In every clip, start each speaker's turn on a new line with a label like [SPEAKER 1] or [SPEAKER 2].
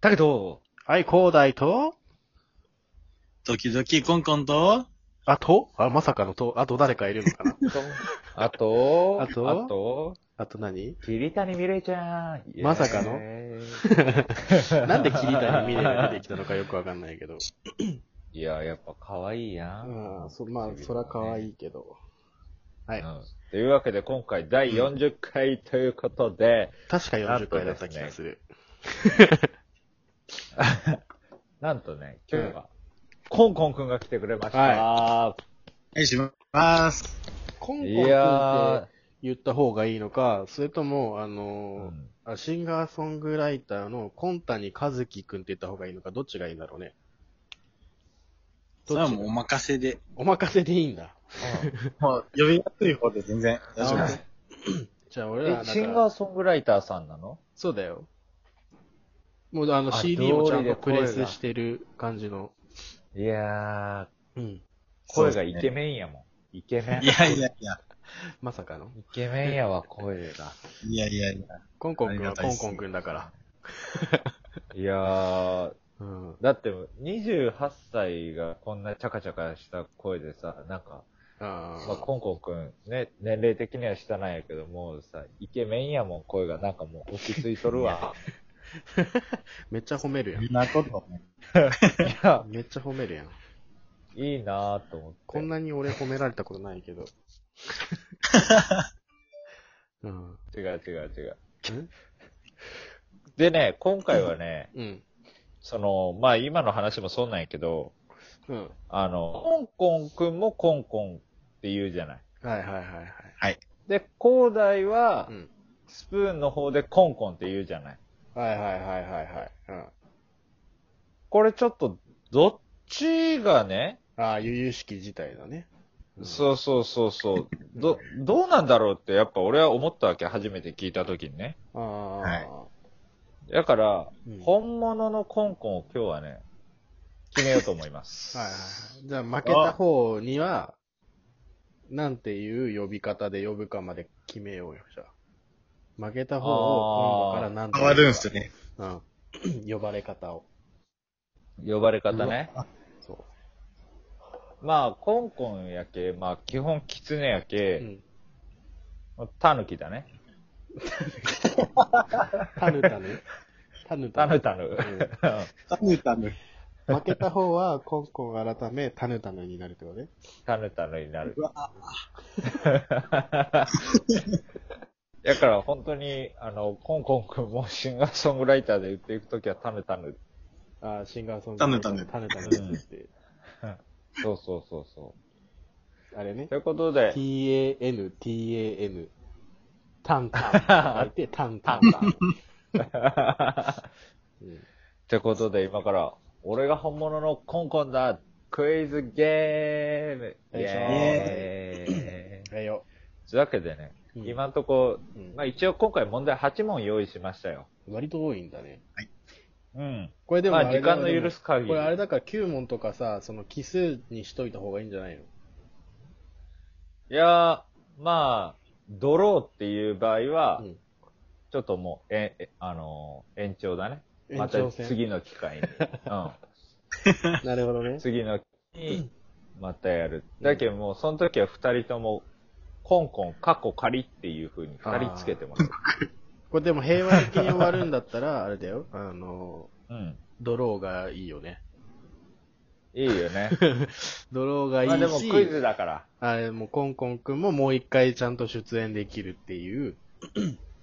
[SPEAKER 1] だけど、
[SPEAKER 2] はい、広大と、
[SPEAKER 3] ドキドキコンコンと、
[SPEAKER 2] あとあ、まさかのと、あと誰かいるのかな
[SPEAKER 1] あと、
[SPEAKER 2] あと
[SPEAKER 1] あと、
[SPEAKER 2] あと何
[SPEAKER 1] 桐谷美玲ちゃん。イエーイ
[SPEAKER 2] まさかのなんで桐谷美玲が出てきたのかよくわかんないけど。
[SPEAKER 1] いや、やっぱ可愛いやん。
[SPEAKER 2] うん、そまあ、そら可愛
[SPEAKER 1] い。
[SPEAKER 2] いけど。はい。
[SPEAKER 1] うんというわけで、今回第40回ということで、
[SPEAKER 2] 確か
[SPEAKER 1] なん
[SPEAKER 2] 40
[SPEAKER 1] と
[SPEAKER 2] 回だ
[SPEAKER 1] で
[SPEAKER 2] っ
[SPEAKER 1] すね
[SPEAKER 2] た気がする。
[SPEAKER 1] なんとね、今日は、コンコンくんが来てくれました。
[SPEAKER 2] は
[SPEAKER 3] はい、します。
[SPEAKER 2] コンコン
[SPEAKER 1] い
[SPEAKER 2] 君って
[SPEAKER 1] や
[SPEAKER 2] 言った方がいいのか、それとも、あ
[SPEAKER 1] ー、う
[SPEAKER 2] の
[SPEAKER 1] ん
[SPEAKER 2] ーあシンガーソングライターのコンタニカズキ君って言った方がいいのか、どっちがいいんだろうね。
[SPEAKER 3] それはもうお任せで。
[SPEAKER 2] お任せでいいんだ。
[SPEAKER 3] もう、呼びやすい方で全然大丈夫です。
[SPEAKER 2] じゃあ俺ら
[SPEAKER 1] え、
[SPEAKER 2] なん
[SPEAKER 1] シン
[SPEAKER 2] か
[SPEAKER 1] ガー、ソングライターさんなの
[SPEAKER 2] そうだよ。もうあの
[SPEAKER 1] あ
[SPEAKER 2] CD をちゃん
[SPEAKER 1] どうりで
[SPEAKER 2] とプレ
[SPEAKER 1] 声
[SPEAKER 2] ス
[SPEAKER 1] が
[SPEAKER 2] してる感じの。
[SPEAKER 1] いや
[SPEAKER 2] う
[SPEAKER 1] ー、
[SPEAKER 2] ん。
[SPEAKER 1] 声がイケ
[SPEAKER 3] ン。
[SPEAKER 1] メンやもん。イケメン。
[SPEAKER 3] い
[SPEAKER 1] イ
[SPEAKER 3] やいやいや。
[SPEAKER 2] まさかの
[SPEAKER 1] ケメンやわ、声が。
[SPEAKER 3] いやいやいや。
[SPEAKER 2] コンコン君
[SPEAKER 3] あ
[SPEAKER 2] は
[SPEAKER 3] りがた
[SPEAKER 2] コ
[SPEAKER 3] いっ
[SPEAKER 2] ン
[SPEAKER 3] す
[SPEAKER 2] コン君だから。
[SPEAKER 1] いやー、
[SPEAKER 2] うん。
[SPEAKER 1] だって28歳がこんなチャカチャカした声でさ、なんか、
[SPEAKER 2] あ
[SPEAKER 1] まあ、コンコンくん、ね、年齢的には下なんやけど、もうさ、イケメンやもん、声が。なんかもう落ち着いとるわ。
[SPEAKER 2] めっちゃ褒めるや
[SPEAKER 3] そ
[SPEAKER 2] ん。
[SPEAKER 3] んなことね。
[SPEAKER 1] いや、
[SPEAKER 2] めっちゃ褒めるやん。
[SPEAKER 1] いいなーと思って。
[SPEAKER 2] こんなに俺褒められたことない けど。うん。
[SPEAKER 1] 違う違う違う。
[SPEAKER 2] ん
[SPEAKER 1] でね、今回はね、
[SPEAKER 2] うん。
[SPEAKER 1] その、まあ今の話もそうなんやけど、
[SPEAKER 2] うん。
[SPEAKER 1] あの、コンコンくんもコンコンって言うじゃない。
[SPEAKER 2] はいはいはいはい。
[SPEAKER 1] で、広大は
[SPEAKER 2] う、ん。
[SPEAKER 1] スプーンの方でコンコンって言うじゃない。
[SPEAKER 2] はいはいはいはいはい。うん。
[SPEAKER 1] これちょっと、どっちがね、
[SPEAKER 2] ああ、悠々しき自体だね。
[SPEAKER 1] そうそうそうそう、ど、どうなんだろうってやっぱ俺は思ったわけ、初めて聞いた時にね。
[SPEAKER 2] ああ。
[SPEAKER 3] は
[SPEAKER 1] だから、
[SPEAKER 2] うん
[SPEAKER 1] 本物のコンコンを今日はね、決めようと思います。
[SPEAKER 2] はいはいはい。じゃあ、負けた方には、なんていう呼び方で呼ぶかまで決めようよ、じゃあ。負けた方を今度からなんて
[SPEAKER 3] 変
[SPEAKER 2] 呼ぶか
[SPEAKER 3] わるんすよね。
[SPEAKER 2] うん。呼ばれ方を。
[SPEAKER 1] 呼ばれ方ね。
[SPEAKER 2] そ
[SPEAKER 1] まあ、コンコンやけ、まあ基本キツネや
[SPEAKER 2] う。う
[SPEAKER 1] け、
[SPEAKER 2] ん。
[SPEAKER 1] タヌキだね。
[SPEAKER 2] タヌタ ヌ。タヌ
[SPEAKER 1] タ
[SPEAKER 2] タヌ。
[SPEAKER 1] ヌタヌ。
[SPEAKER 3] タ ヌタヌ。
[SPEAKER 2] 負けた方は、コンコン改め、タヌタヌになるってことね。
[SPEAKER 1] タヌタヌになる
[SPEAKER 3] う。わ
[SPEAKER 1] だから本当に、あの、コンコン君もシンガーソングライターで言っていくときはタヌタヌ。
[SPEAKER 2] ああ、シンガーソング。
[SPEAKER 3] タヌタヌ
[SPEAKER 2] タヌタヌって。
[SPEAKER 1] そうそうそうそ
[SPEAKER 2] あれ ね
[SPEAKER 1] う。と。いうことで、
[SPEAKER 2] tan, tan. タン タン。あって、タンタンタン。うん
[SPEAKER 1] ということで今から、俺が本物のコンコンだクイズゲームイ
[SPEAKER 2] よいしょ
[SPEAKER 1] エーイ
[SPEAKER 2] ええよ。
[SPEAKER 1] というわけでね、
[SPEAKER 2] うん
[SPEAKER 1] 今んとこ、
[SPEAKER 2] うん
[SPEAKER 1] まあ一応今回問題8問用意しましたよ。
[SPEAKER 2] 割と多いんだね。
[SPEAKER 1] うん。
[SPEAKER 2] これでも
[SPEAKER 1] ま
[SPEAKER 2] あ
[SPEAKER 1] あ
[SPEAKER 2] れだ
[SPEAKER 1] 時
[SPEAKER 2] よ、
[SPEAKER 1] 間の許す
[SPEAKER 2] で
[SPEAKER 1] 限
[SPEAKER 2] もこ
[SPEAKER 1] り。
[SPEAKER 2] れあれだから9問とかさ、その奇数にしといた方がいいんじゃないの
[SPEAKER 1] いやー、まあ、ドローっていう場合は、
[SPEAKER 2] うん
[SPEAKER 1] ちょっともう、え、えあのー延長だね。ま
[SPEAKER 2] 延
[SPEAKER 1] た
[SPEAKER 2] 長戦。
[SPEAKER 1] 次の機会に。うん。
[SPEAKER 2] なるほどね。
[SPEAKER 1] 次の機会に、またやる。だけどもう、その時は二人とも、コンコン、過去仮っていう風に二人つけてもらう。
[SPEAKER 2] これでも平和的に終わるんだったら、あれだよ。あの、
[SPEAKER 1] うん。
[SPEAKER 2] ドローがいいよね。
[SPEAKER 1] いいよ ね。
[SPEAKER 2] ドローがいい
[SPEAKER 1] まあでも
[SPEAKER 2] し、
[SPEAKER 1] クイズだから。
[SPEAKER 2] あれもうコンコン君ももう一回ちゃんと出演できるっていう。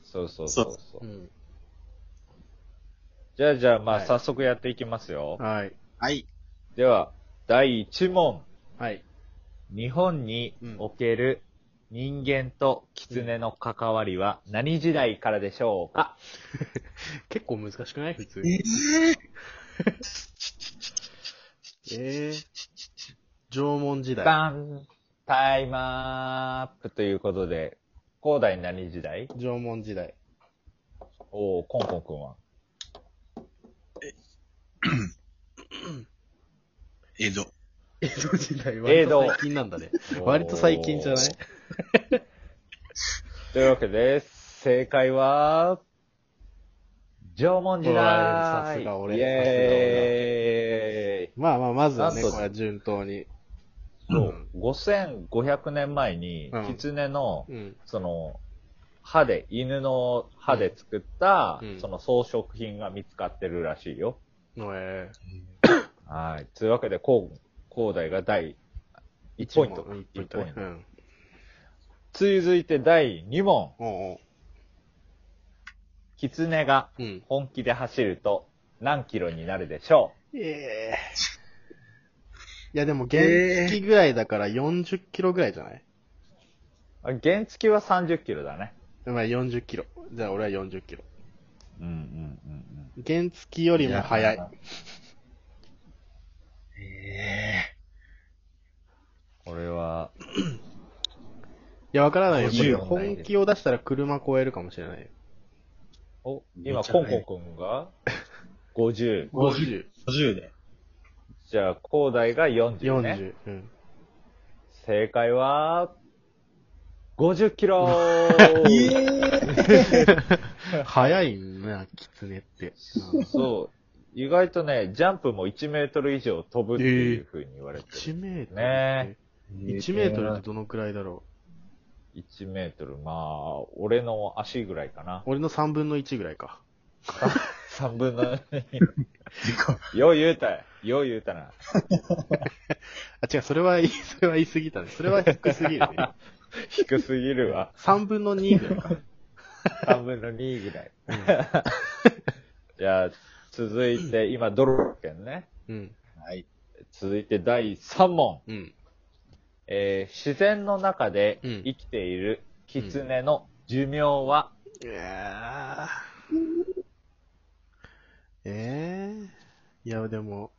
[SPEAKER 1] そうそうそうそ
[SPEAKER 2] う
[SPEAKER 1] う。
[SPEAKER 2] ん。
[SPEAKER 1] じゃあじゃあ、まあ
[SPEAKER 2] はい
[SPEAKER 1] 早速やっていきますよ。
[SPEAKER 2] はい。
[SPEAKER 3] はい。
[SPEAKER 1] では、第1問。
[SPEAKER 2] はい。
[SPEAKER 1] 日本における人間と狐の関わりは何時代からでしょうか、
[SPEAKER 2] 結構難しくない普通
[SPEAKER 3] え
[SPEAKER 2] に。
[SPEAKER 3] ー、
[SPEAKER 2] えー、縄文時代。縄
[SPEAKER 1] バンタイムアップということで、高大何時代
[SPEAKER 2] 文時代。
[SPEAKER 1] おおコンコン君は。
[SPEAKER 3] 江戸。
[SPEAKER 2] 江戸時代割と最近なんだね。割と最近じ ゃない
[SPEAKER 1] というわけで、正解は、縄文時代
[SPEAKER 2] さすが俺
[SPEAKER 1] イエ
[SPEAKER 2] まあまあ、まずはね、
[SPEAKER 1] なんと
[SPEAKER 2] これは順当に。
[SPEAKER 1] ーイそう、5500年前に
[SPEAKER 2] うん、
[SPEAKER 1] 狐の、
[SPEAKER 2] うん。
[SPEAKER 1] その、歯で、犬の歯で作った、
[SPEAKER 2] うん
[SPEAKER 1] その装飾品が見つかってるらしいよ。
[SPEAKER 2] のえ
[SPEAKER 1] はい。というわけで、こう、高大が第
[SPEAKER 2] ー、
[SPEAKER 1] 1ポイント。
[SPEAKER 2] 一
[SPEAKER 1] 1ポイン
[SPEAKER 2] う
[SPEAKER 1] ト。
[SPEAKER 2] ん。
[SPEAKER 1] 続いて第2問。
[SPEAKER 2] おう
[SPEAKER 1] 狐が
[SPEAKER 2] おう。うん。
[SPEAKER 1] 本気で走ると何キロになるでしょ
[SPEAKER 2] ええいや、でも原付ぐらいだから40キロぐらいじゃない、
[SPEAKER 1] うあ原付は30キロだね。
[SPEAKER 2] まあ40キロ。じゃあ俺は40キロ。
[SPEAKER 1] うんうんうんうん。
[SPEAKER 2] 原付よりも速い。
[SPEAKER 3] え
[SPEAKER 1] これは、
[SPEAKER 2] いや、わからないよ。これ
[SPEAKER 3] 50もないね
[SPEAKER 2] 本気を出したら車超えるかもしれないよ。
[SPEAKER 1] お、今、
[SPEAKER 3] めちゃ
[SPEAKER 1] コ
[SPEAKER 3] 速
[SPEAKER 1] ン
[SPEAKER 3] い
[SPEAKER 1] コ君が
[SPEAKER 2] 50。
[SPEAKER 1] 50。
[SPEAKER 3] ー、50で。
[SPEAKER 1] じゃあ、高大が40ね。
[SPEAKER 2] 40。うん。
[SPEAKER 1] 正解は、50キ ロ
[SPEAKER 2] 速いな、キツネ って。
[SPEAKER 1] そう。意外とね、ジャンプも1メートル以上飛ぶっていう風に言われてる。
[SPEAKER 2] 1メートル。
[SPEAKER 1] ね
[SPEAKER 2] 1メートルってどのくらいだろ
[SPEAKER 1] 1メートル、まあ、俺の足ぐらいかな
[SPEAKER 2] う。。俺の3分の1ぐらいか。
[SPEAKER 1] 3分の
[SPEAKER 3] てか
[SPEAKER 1] よう言うたよ。よう言うたな。
[SPEAKER 2] あ、違う、それは言い、 それは言い過ぎたね。それは低すぎる ね。
[SPEAKER 1] 低すぎるわ。
[SPEAKER 2] 3分の2ぐらいか。
[SPEAKER 1] 3分の2ぐらい。 じゃあ、続いて、今、ドロケンね。
[SPEAKER 2] うん。
[SPEAKER 3] はい。
[SPEAKER 1] 続いて第3問。
[SPEAKER 2] うん。
[SPEAKER 1] えー自然の中で
[SPEAKER 2] うん
[SPEAKER 1] 生きている狐の寿命は、
[SPEAKER 2] いやーええいや、でも、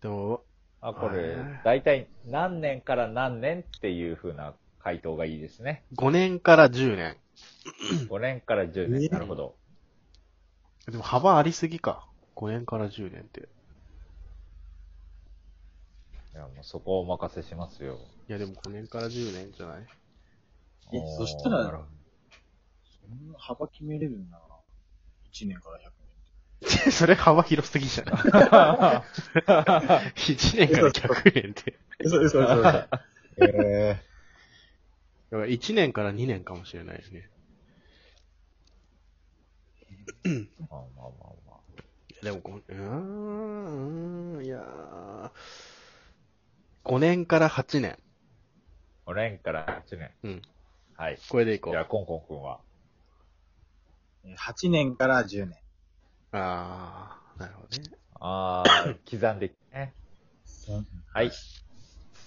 [SPEAKER 2] でも、
[SPEAKER 1] あ、これ
[SPEAKER 2] はい、
[SPEAKER 1] だいたい何年から何年っていう風な回答がいいですね。
[SPEAKER 2] 5年から10年。
[SPEAKER 1] 5年から10
[SPEAKER 3] う
[SPEAKER 1] 年。
[SPEAKER 3] ん
[SPEAKER 1] なるほど。
[SPEAKER 2] でも幅ありすぎか。5年から10年って。
[SPEAKER 1] いや、もうそこをお任せしますよ。
[SPEAKER 2] いや、でも5年から10年じゃない
[SPEAKER 3] え
[SPEAKER 1] おー
[SPEAKER 3] そしたら
[SPEAKER 1] なるほど
[SPEAKER 3] そんな幅決めれるんだな。1年から 100
[SPEAKER 2] それ幅広すぎじゃない ?1 年から100年って。
[SPEAKER 3] 年。嘘嘘嘘嘘。え
[SPEAKER 2] だから1年から2年かもしれないですね。
[SPEAKER 1] まあまあまあまあ。
[SPEAKER 2] でも、こうーん、うーんいやー5年から8年。
[SPEAKER 1] 5年から8年。
[SPEAKER 2] うん。
[SPEAKER 1] はい。
[SPEAKER 2] これでいこ
[SPEAKER 1] じゃあ、
[SPEAKER 2] う。
[SPEAKER 1] コンコン君は。
[SPEAKER 3] え8年から10年。
[SPEAKER 2] あー、なるほどね。
[SPEAKER 1] ああ、 刻んでいくね。はい。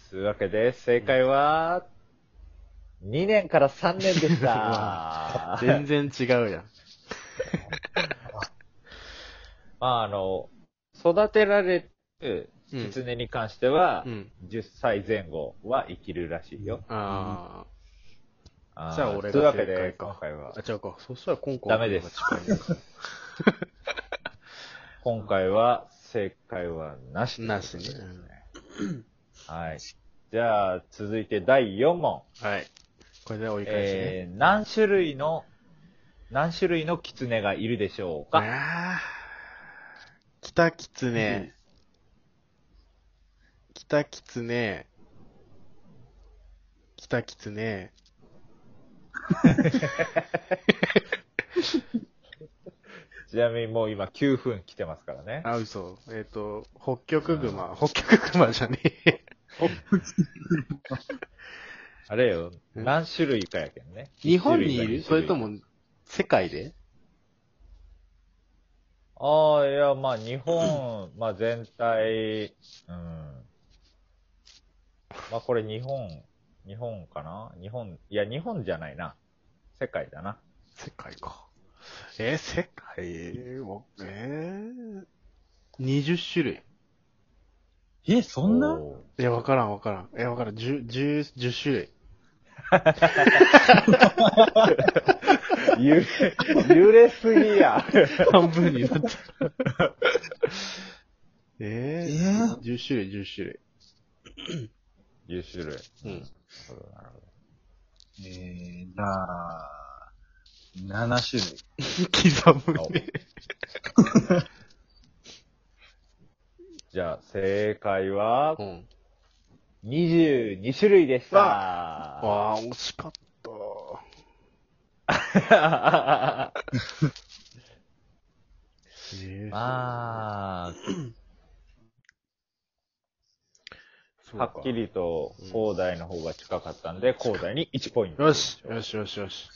[SPEAKER 1] というわけで、正解は、2年から3年でし
[SPEAKER 2] う
[SPEAKER 1] た。
[SPEAKER 2] 全然違 うやん。
[SPEAKER 1] まあ、あの、育てられる
[SPEAKER 2] うん。
[SPEAKER 1] 狐に関しては、
[SPEAKER 2] うん。
[SPEAKER 1] 10歳前後は生きるらしいよ。
[SPEAKER 2] あ
[SPEAKER 1] あー
[SPEAKER 2] じゃあ俺が
[SPEAKER 1] というわけ
[SPEAKER 2] 正解
[SPEAKER 1] で、
[SPEAKER 2] か
[SPEAKER 1] 今回は
[SPEAKER 2] ー。、あ、違うか。そしたら今回
[SPEAKER 1] ダメです今回は正解はなし。
[SPEAKER 2] なしね。
[SPEAKER 1] はい。じゃあ、続いて第4問。
[SPEAKER 2] はい。これで折り返しね。
[SPEAKER 1] えー、何種類の、何種類の狐がいるでしょうか、
[SPEAKER 2] ああ。北キツネ。北キツネ。北キツネ。
[SPEAKER 1] ちなみにもう今9分来てますからね。
[SPEAKER 2] あ、嘘。えっ、と、北極熊。北極熊じゃねえ。
[SPEAKER 1] あれよ、
[SPEAKER 2] うん
[SPEAKER 1] 何種類かやけんね。
[SPEAKER 2] 日本にい
[SPEAKER 1] 一種類
[SPEAKER 2] る
[SPEAKER 1] か
[SPEAKER 2] それと。も、世界で
[SPEAKER 1] ああ、いや、まあ日本、まあ全体、うん。まあこれ日本、日本かな日本、いや日本じゃないな。世界だな。
[SPEAKER 2] 世界か。えー世界を、えー、20種類。
[SPEAKER 3] え、そんな
[SPEAKER 1] おー
[SPEAKER 2] いや、わからんわからん。え、わからん。10、10、10種類。
[SPEAKER 1] 揺れ、揺れすぎや。
[SPEAKER 2] 半分になっちゃえ
[SPEAKER 3] え
[SPEAKER 2] ー、10種類、10種類。
[SPEAKER 1] 10種類。
[SPEAKER 2] うん
[SPEAKER 1] なるほど、なるほど。
[SPEAKER 3] えー、じゃあ、 7種類。
[SPEAKER 2] 刻むね。
[SPEAKER 1] じゃあ、正解は
[SPEAKER 2] う、ん。
[SPEAKER 1] 22種類で した。
[SPEAKER 2] わあ、惜しかった。
[SPEAKER 1] ま
[SPEAKER 2] ええ
[SPEAKER 1] あ、
[SPEAKER 2] そう
[SPEAKER 1] は
[SPEAKER 2] か
[SPEAKER 1] っき。りと、広大の方が近かったんで、広大に1ポイント。
[SPEAKER 2] よし、よしよしよし。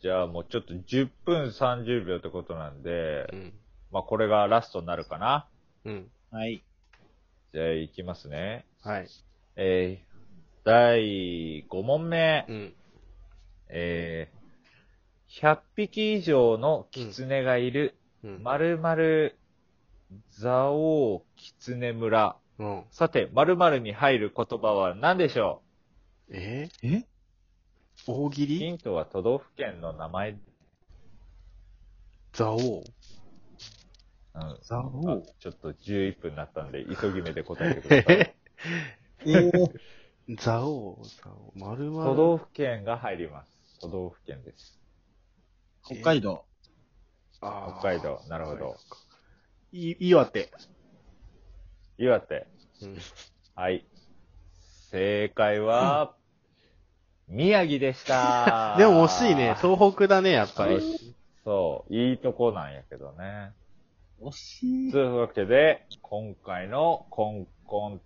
[SPEAKER 1] じゃあもうちょっと10分30秒ってことなんで
[SPEAKER 2] う、ん。
[SPEAKER 1] まあこれがラストになるかな。
[SPEAKER 2] うん。
[SPEAKER 3] はい。
[SPEAKER 1] じゃあ行きますね。
[SPEAKER 2] はい。
[SPEAKER 1] えー、第5問目。
[SPEAKER 2] うん。
[SPEAKER 1] えー、100匹以上の狐がいる、
[SPEAKER 2] うん。
[SPEAKER 1] 〇〇蔵王狐村。
[SPEAKER 2] うん。
[SPEAKER 1] さて、〇〇に入る言葉は何でしょ
[SPEAKER 2] え
[SPEAKER 3] え
[SPEAKER 2] 大喜
[SPEAKER 1] う
[SPEAKER 2] 利
[SPEAKER 1] ヒントは都道府県の名前。
[SPEAKER 2] 蔵王。
[SPEAKER 1] うん。
[SPEAKER 3] ザ
[SPEAKER 1] あ
[SPEAKER 3] オ
[SPEAKER 1] ちょっと11分になった んで、急ぎ目で答えてください。
[SPEAKER 2] え
[SPEAKER 3] えー、
[SPEAKER 2] 蔵王、蔵王。まる ま
[SPEAKER 1] 都
[SPEAKER 2] る。
[SPEAKER 1] 道府県が入ります。都道府県です。
[SPEAKER 3] 北海道。
[SPEAKER 2] あー
[SPEAKER 1] 北海道。なるほど。。
[SPEAKER 2] い、岩手。
[SPEAKER 1] 岩手。
[SPEAKER 2] うん。
[SPEAKER 1] はい。正解は、宮城でした。
[SPEAKER 2] でも惜しいね。東北だね、やっぱり。
[SPEAKER 1] そう。いいとこなんやけどね。
[SPEAKER 3] 惜しい
[SPEAKER 1] と。いうわけで、今回のコンコン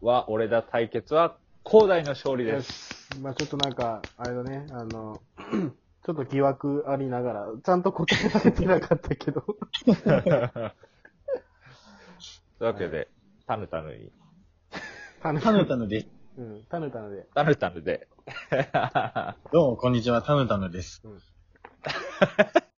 [SPEAKER 1] は、俺だ対決は、広大の勝 利です。
[SPEAKER 2] す。まあちょっとなんか、あれだね、あの、 ちょっと疑惑ありながら、ちゃんと答えられてなかったけど。
[SPEAKER 1] というわけで、タヌタヌに、
[SPEAKER 2] たぬ
[SPEAKER 3] タヌタヌです。
[SPEAKER 2] うん、たぬたぬで。
[SPEAKER 1] タヌタヌで。
[SPEAKER 3] どうも、こんにちは。タヌタヌです。